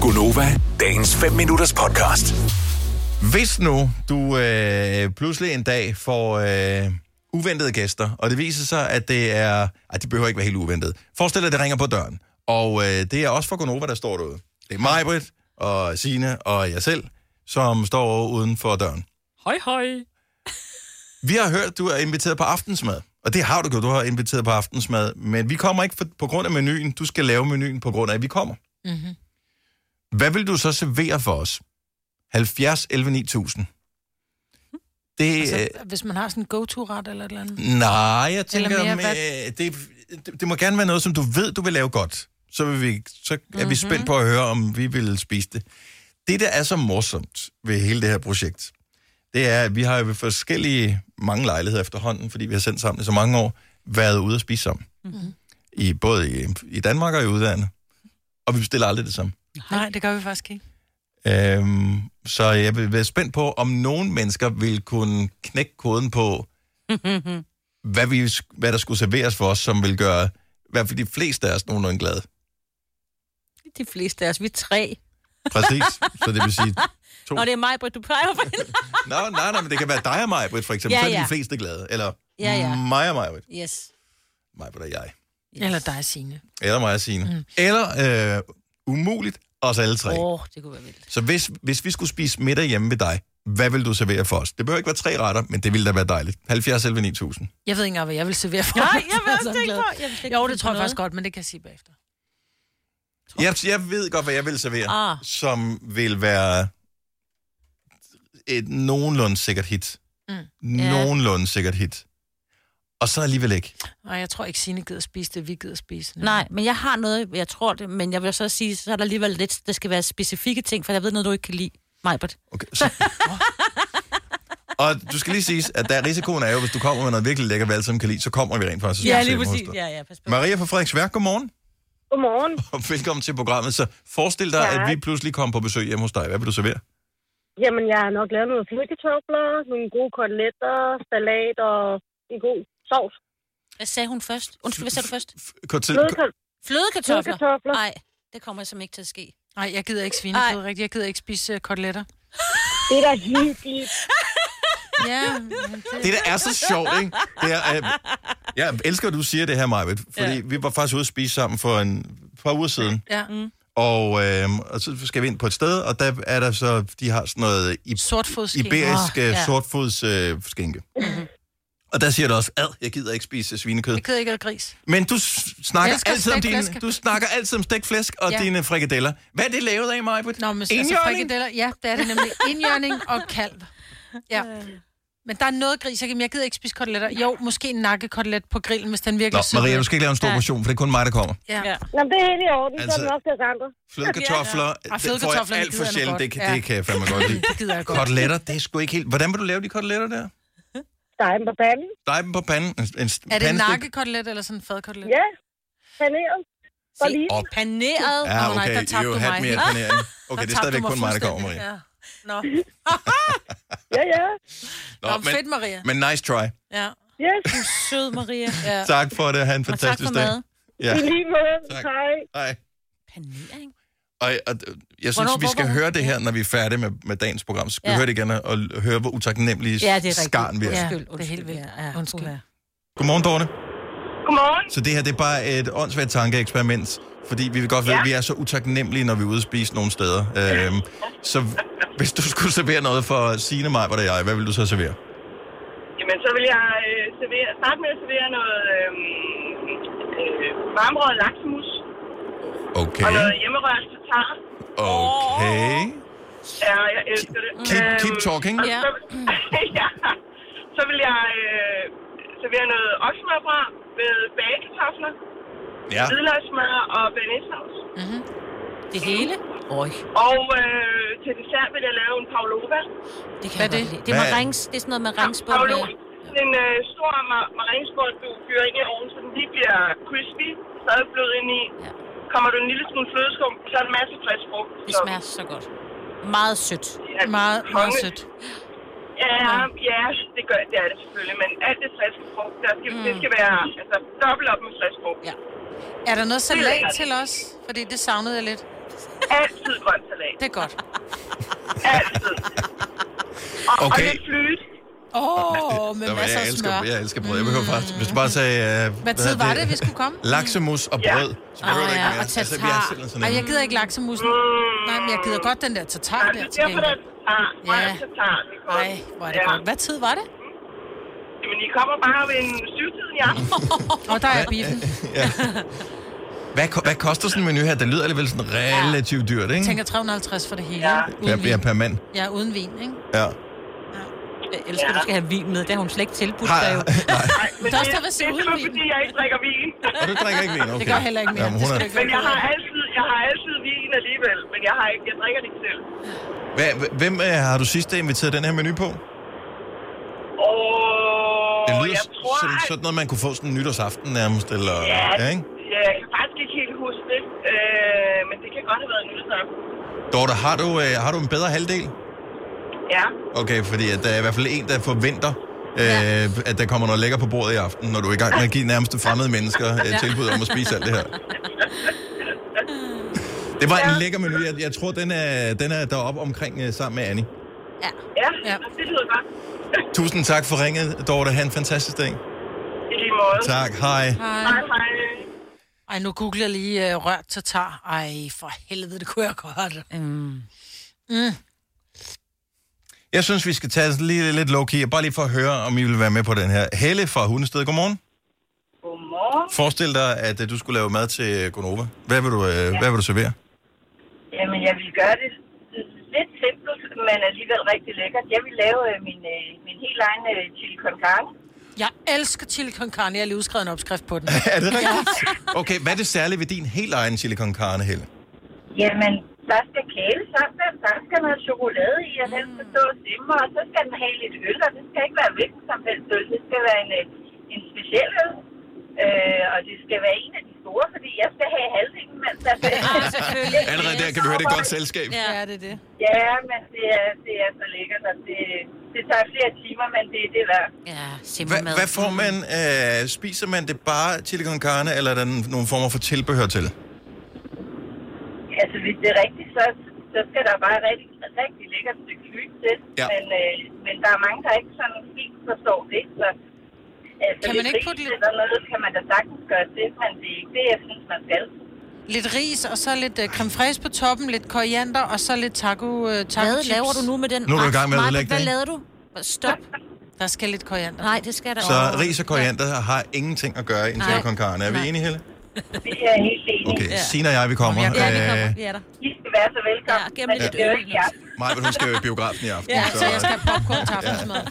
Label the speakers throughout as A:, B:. A: Gunova, dagens 5 minutters podcast.
B: Hvis nu du øh, pludselig en dag får øh, uventede gæster, og det viser sig, at det er... Ej, de behøver ikke være helt uventede. Forestil dig, at det ringer på døren. Og øh, det er også for Gonova, der står derude. Det er mig, Britt, og Sine og jeg selv, som står uden for døren.
C: Hej, hej.
B: Vi har hørt, du er inviteret på aftensmad. Og det har du gjort, du har inviteret på aftensmad. Men vi kommer ikke for, på grund af menuen. Du skal lave menuen på grund af, at vi kommer.
D: Mm-hmm.
B: Hvad vil du så servere for os? 70 11 9000. Det, øh,
D: Altså, hvis man har sådan en go-to-ret eller et eller andet.
B: Nej, jeg
D: Eller
B: tænker, mere,
D: mere,
B: med, det, det, det må gerne være noget, som du ved, du vil lave godt. Så, vil vi, så er
D: Mhm.
B: vi spændt på at høre, om vi vil spise det. Det, der er så morsomt ved hele det her projekt, det er, at vi har jo ved forskellige mange lejligheder efterhånden, fordi vi har sendt sammen i så mange år, været ude og spise sammen.
D: Mhm.
B: Mm-hmm. I, både i, i Danmark og i udlandet. Og vi bestiller aldrig det samme.
D: Nej, det gør vi faktisk ikke.
B: Øhm, så jeg vil være spændt på, om nogen mennesker vil kunne knække koden på, hvad, vi, hvad der skulle serveres for os, som vil gøre i hvert fald de fleste af os nogenlunde glade.
E: De fleste af os, vi er tre.
B: Præcis. Så det vil sige... To.
E: Nå, det er mig, Britt, du peger på hende.
B: Nå, nej, nej, men det kan være dig og mig, Britt, for eksempel.
E: Ja,
B: Så er
E: ja.
B: de fleste glade. Eller
E: Ja, ja.
B: mig og mig, Britt.
E: Yes.
B: Mig, Britt og jeg.
E: yes.
D: Eller dig, Signe.
B: Eller mig og Signe. Mm. Eller øh, umuligt, os alle tre.
E: Åh, oh, det kunne være vildt.
B: Så hvis, hvis vi skulle spise middag hjemme ved dig, hvad vil du servere for os? Det behøver ikke være tre retter, men det ville da være dejligt. 70 11 9000.
D: Jeg ved ikke engang, hvad jeg vil servere for.
E: Nej, jeg vil
D: er
E: også
D: sådan
E: tænke
D: glad.
E: på. Jeg vil slet
D: Jo,
E: ikke
D: det tror jeg
E: noget.
D: faktisk godt, men det kan jeg sige bagefter.
B: Jeg, jeg ved godt, hvad jeg vil servere, ah.
E: Ah.
B: som vil være et nogenlunde sikkert hit. Mm. Nogenlunde sikkert hit. Og så alligevel ikke.
D: Nej, jeg tror ikke, Signe gider spise det, vi gider spise det.
E: Nej, men jeg har noget, jeg tror det, men jeg vil så sige, så er der alligevel lidt, det skal være specifikke ting, for jeg ved noget, du ikke kan lide. Majbert.
B: Okay, så. Og du skal lige sige, at der risikoen er jo, hvis du kommer med noget virkelig lækkert, hvad alle sammen kan lide, så kommer vi rent faktisk. og spiser hjemme hos dig.
E: Ja, ja, pas på.
B: Maria fra Frederiksværk, godmorgen,
F: Godmorgen.
B: og velkommen til programmet. Så forestil dig,
F: Tak.
B: at vi pludselig kommer på besøg hjemme hos dig. Hvad vil du servere?
F: Jamen, jeg har nok lavet noget flødekartofler, nogle gode koteletter, salat og en god sovs.
E: Hvad sagde hun først? Undskyld, hvad sagde du først?
B: F- Kortel,
F: Flødekar-
E: Flødekartofler?
F: Flødekartofler.
E: Nej, det kommer som ikke til at ske.
D: Nej, jeg gider ikke svinekød, rigtigt. Jeg gider ikke spise øh, koteletter.
F: Det er da hyggeligt.
D: Ja, men det...
B: Det der er så sjovt, ikke? Det er, øh, jeg elsker, at du siger det her, Majbet, fordi ja. vi var faktisk ude at spise sammen for en par uger siden,
D: Ja. Mm.
B: og, øh, og så skal vi ind på et sted, og der er der så, de har sådan noget i,
D: Sortfodskin.
B: iberisk
D: Åh,
B: øh,
D: ja. Mhm.
B: sortfods øh, skinke. Og der siger du også, ad, jeg gider ikke spise svinekød.
D: Jeg gider ikke have gris.
B: Men du s- snakker
D: Jeg elsker
B: altid om
D: stegt
B: dine,
D: flæsk.
B: du snakker altid om stegt flæsk og ja.
D: Ja.
B: dine frikadeller. Hvad er det lavet af, Majbet?
D: Nå, men altså
B: Indjørning?
D: frikadeller, ja, det er det nemlig. Indjørning og kalv. Ja. Men der er noget gris, jeg, kan- men jeg gider ikke spise koteletter. Jo, måske en nakkekotelet på grillen, hvis den virkelig
B: Nå,
D: er sød.
B: Maria, du skal ikke lave en stor
E: Ja.
B: portion, for det er kun mig, der kommer.
D: Ja.
E: Ja.
F: Nå, men det er helt i orden, altså...
B: Altså-
F: så er det nok til os andre.
B: Flødekartofler, ja, ja. det får jeg
D: flødekartofler,
B: alt
D: det
B: for
D: gider jeg
B: sjældent.
D: godt.
B: Det, kan,
D: Ja.
B: det kan jeg fandme godt lide.
D: Det gider jeg godt.
B: Koteletter, det er sgu ikke helt... Hvordan vil du lave de koteletter der?
F: Steg dem på panden.
B: Dej dem på panden. En, en
D: Er det en
B: pandestik.
D: nakkekotelet eller sådan en fadkotelet?
F: Ja, paneret. Og
E: Se,
F: lige.
B: Op.
E: Paneret.
B: Ja,
D: Åh, nej,
B: okay.
D: der tabte
B: jo,
D: du
B: hat
D: mig.
B: mere panering. Okay, det er stadigvæk kun mig, der kommer, Marie.
D: Ja. Nå,
F: Ja, ja.
B: Nå,
D: Nå men...
B: men,
D: fedt, Maria.
B: men nice try.
D: Ja.
F: Yes,
E: Sød, Maria.
D: ja.
B: Tak for det. Ha' en
E: Og tak
B: fantastisk
E: for
B: dag.
E: mad.
B: Ja,
F: i lige måde.
B: Tak.
F: Hej.
B: hej.
E: Panering?
B: Og, og jeg synes,
E: Hvornår-
B: vi skal
E: hvornår-
B: høre det her, når vi er færdige med, med dagens program. Så skal vi
E: Ja.
B: høre det igen og og høre, hvor utaknemmelige
E: Ja, det er rigtigt.
B: skarn vi er.
D: Ja,
E: Undskyld,
D: det er helt vildt.
E: undskyld, ja, ja,
D: Undskyld.
E: uha.
B: Godmorgen, Dorte.
F: Godmorgen.
B: Så det her, det er bare et åndssvagt tankeeksperiment, fordi vi vil godt ved,
F: Ja.
B: at vi er så utaknemmelige, når vi er ude at spise nogle steder. Øhm, så hvis du skulle servere noget for Signe, mig, hvad det jeg, hvad vil du så servere?
F: Jamen, så vil jeg øh, servere, starte med at servere noget øh, øh, varmrød laksemus
B: Okay,
F: hjemmerørt tatar.
B: okay.
F: Ja, jeg elsker det.
B: Keep, keep
F: Øhm,
B: talking.
F: Og så, ja. så vil jeg øh, servere noget oksemørbrad med bagekartofler,
B: Ah. Ja.
F: hvidløgsmør og bearnaisesauce.
E: Det hele? Øj,
F: Og øh, til dessert vil jeg lave en pavlova.
E: det kan
D: Hvad
E: jeg
D: er det?
E: godt lide. Det er
B: Hvad er-
E: marings, det er sådan noget maringsbund
F: Pavlova.
E: med.
F: Sådan en øh, stor mar- marinesbund, du fyrer ind i ovnen, så den lige bliver crispy, stadig blød ind i.
E: Ja.
F: Kommer du en lille smule flødeskum, så er der masser af frisk frugt.
E: Det
F: Så,
E: smager så godt. Meget sødt.
F: ja,
D: Meget, meget
F: konge.
D: sødt.
F: Ja, ja, det gør det er det selvfølgelig, men alt det friske frugt, der skal, mm. det skal være altså, dobbelt op med frisk frugt.
D: Er der noget salat til os? Fordi det savnede jeg lidt.
F: Altid grøntsalat.
D: Det er godt.
F: Altid. Og, okay. og
B: Okay.
F: lidt flyt.
D: Åh, oh, med
B: Der var,
D: masser
B: jeg,
D: af
B: elsker,
D: smør.
B: jeg elsker brød. Jeg behøver faktisk... Hvis du bare sagde... Øh,
D: Hvad tid
B: hedder
D: var det, vi skulle komme?
B: Laksemus og
F: Ja.
B: brød. Så behøver du
E: Ah,
B: ikke
E: ja,
B: mere.
E: og
B: Altså, vi er
E: tatar.
B: simpelthen
D: Ej,
B: sådan
D: jeg
B: en...
D: gider ikke laksemusen. Nej, men jeg gider godt den der
F: Mm. Ja,
D: tatar
F: det
D: der
F: er
D: til
F: derfor, der Ah,
D: gengæld.
F: er
D: Ja.
F: tatar. Ja. tatar. Det er godt.
D: Ej, hvor er det godt. Hvad tid var det?
F: Jamen, I kommer bare ved en syvtiden i aften.
D: Og der er biffen.
B: Hvad, ko- hvad koster sådan en menu her? Det lyder alligevel sådan relativt dyrt, ikke?
D: Jeg tænker 350 for det hele.
F: Ja.
D: ikke?
B: Per,
D: Uden
B: ja,
D: vin.
B: per mand.
D: Ja, uden vin, ikke?
B: Ja.
E: Jeg elsker, at du skal have vin med. Det har hun slet ikke tilbudt
B: Har,
E: dig jo.
B: nej,
F: Nej, men
D: Der er også der ved
F: det er kun
D: Sydvin.
F: fordi, jeg ikke drikker vin.
B: og du drikker ikke vin, okay.
D: Det gør jeg heller ikke mere.
B: Jamen,
D: Det
B: hun er,
D: skal du ikke
F: Men jeg har
D: være ked
F: altid, jeg har altid vin alligevel, men jeg, har ikke, jeg drikker det ikke selv.
B: hvad, hvem øh, har du sidst inviteret den her menu på?
F: Og
B: Det lyder
F: jeg tror,
B: som
F: at-
B: sådan noget, man kunne få sådan en nytårsaften nærmest, eller...
F: Ja,
B: ikke?
F: ja, jeg kan faktisk ikke helt huske det, øh, men det kan godt have været en nyhedsaften.
B: Dorte, har du, øh, har du en bedre halvdel?
F: Ja,
B: Okay, fordi at der er i hvert fald en, der forventer, øh, at der kommer noget lækker på bordet i aften, når du er i gang med at give nærmeste fremmede mennesker øh, tilbud om at spise alt det her. Det var en lækker menu. Jeg, jeg tror, den er, den er deroppe omkring øh, sammen med Annie.
F: ja,
D: Ja.
F: ja. det lyder godt.
B: Tusind tak for ringet, Dorte. Ha' en fantastisk dag.
F: I lige måde.
B: Tak. Hej.
D: af.
F: Hej,
D: Ej.
F: hej.
D: Ej, nu googler jeg lige uh, rørt tatar. Ej, for helvede, det kunne jeg godt.
B: Mm.
E: Øhm,
B: Jeg synes, vi skal tage sådan lige lidt low-key, bare lige for at høre, om I vil være med på den her. Helle fra Hundested, godmorgen.
F: Godmorgen.
B: Forestil dig, at øh, du skulle lave mad til Gonova. Hvad vil du, øh, hvad vil du servere?
F: Jamen, jeg vil gøre det lidt simpelt, men alligevel rigtig lækkert. Jeg vil lave øh, min, øh, min helt egen øh, chili con carne.
D: Jeg elsker chili con carne. Jeg har lige udskrevet en opskrift på den.
B: Er det rigtigt? Okay, hvad er det særlige ved din helt egen chili con carne, Helle?
F: Jamen, der skal kæle sammen, der skal noget chokolade i, og den skal stå og simre, og så skal den have lidt øl, og det skal ikke være hvilken som helst øl, det skal være en, øh, en speciel øl. Øh, og det skal være en af de store, fordi jeg skal have halvdelen, mens der
E: selvfølgelig.
B: Allerede der kan vi høre, det er et godt selskab.
E: Ja.
D: Ja, det er det.
F: Ja, men det er, det er så lækkert, og det, det tager flere timer, men det er det værd.
E: Ja,
B: Hva,
E: simmermad.
B: hvad får man? Øh, spiser man det bare chili con carne, eller er der n- nogle former for tilbehør til?
F: Altså, hvis det er rigtigt, så, så skal der bare et rigtig, rigtig lækkert stykke flyt til.
B: Ja.
F: Men, øh, men der er mange, der ikke sådan helt forstår det, så... Altså,
D: Kan man
F: hvis
D: ikke putte
F: ris
D: lidt-
F: Eller noget, kan man da sagtens gøre det, men det er ikke det, jeg synes, man skal.
D: Lidt ris, og så lidt uh, creme fraise på toppen, lidt koriander, og så lidt taco, uh, taco
E: Hvad
D: chips.
E: laver du nu med den?
B: Nu er du i gang med at
E: Maja,
B: ødelægge
E: Hvad
B: det,
E: lavede du? Stop.
D: Der skal lidt koriander.
E: Nej, det skal der
B: Så ris og koriander har ingenting at gøre i en chili
E: Nej.
B: con carne. Er vi
E: Nej.
B: enige, Helle?
F: Det er jeg helt enig.
B: Okay,
E: Ja.
B: Sina og jeg, vi kommer.
D: Jamen,
E: Ja, vi
B: Øh,
E: kommer. Vi er der.
F: I skal være så velkommen.
E: Ja, gennem
F: men
E: lidt
F: det er jo
E: øl.
F: ikke jer.
B: Maja, hun skal jo i biografen i aften.
E: Ja.
D: Så altså, jeg skal have popcorn til aftensmad.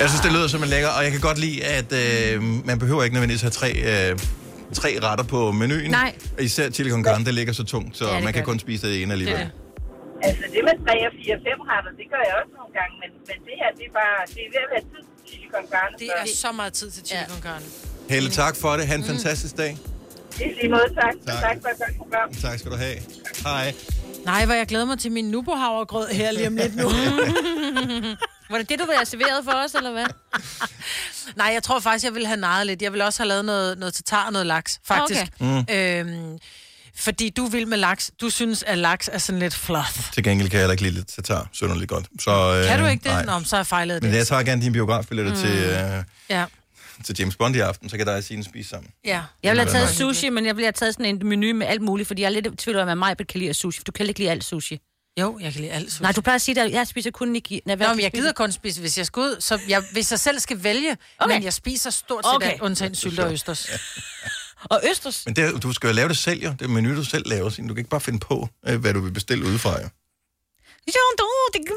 B: Jeg synes, det lyder som en lækker, og jeg kan godt lide, at øh, man behøver ikke nødvendigvis have tre, øh, tre retter på menuen.
D: Nej.
B: Især chili con carne, det ligger så tungt, så
E: det
B: man
E: gør
B: kan
E: det.
B: kun spise det ene alligevel.
D: Det er det.
F: Altså, det med 3 og 4 og 5 retter, det gør jeg også nogle gange, men, men det her, det er bare... Det er ved at være tid til chili con carne.
D: Det
F: så-
D: er så meget tid til chili con carne.
B: Helle, tak for det. Ha' en
D: Mm.
B: fantastisk dag.
F: I lige måde, tak.
B: Tak.
F: Tak, tak for et godt program.
B: Tak skal du have. Hej.
D: Nej, hvor jeg glæder mig til min nubohavregrød her lige om lidt nu.
E: Var det det, du ville have serveret for os, eller hvad?
D: Nej, jeg tror faktisk, jeg ville have nejet lidt. Jeg ville også have lavet noget, noget tatar og noget laks, faktisk. Okay. Mm. Øhm, fordi du vil med laks. Du synes, at laks er sådan lidt fluff.
B: Til gengæld kan jeg heller ikke lide lidt tatar synderligt godt. Så, øh,
D: Kan du ikke det? Nå,
B: Nej.
D: men så har jeg fejlet
B: Men
D: det.
B: jeg tager gerne dine biografbilletter mm. til, øh,
D: Ja.
B: til James Bond i aften, så kan dig og Signe spise sammen.
D: ja.
E: Jeg ville have taget
D: Nå.
E: sushi, men jeg ville have taget sådan en menu med alt muligt, fordi jeg er lidt i tvivl om, at mig kan lide sushi, for du kan ikke lide alt sushi.
D: Jo, jeg kan lide alt sushi.
E: Nej, du plejer at sige, at jeg spiser kun niki. Nej, hvad
D: Nå, men jeg
E: spiser
D: gider kun spise, hvis jeg skal ud. Så jeg, hvis jeg selv skal vælge, okay.
E: Okay.
D: men jeg spiser stort set
E: Okay.
D: okay. undtagen sylt og østers.
E: du? Og østers.
B: Men det, du skal jo lave det selv, jo. Det er menu, du selv laver, Signe. Du kan ikke bare finde på, øh, hvad du vil bestille udefra, jo.
E: Jean Dore, det kan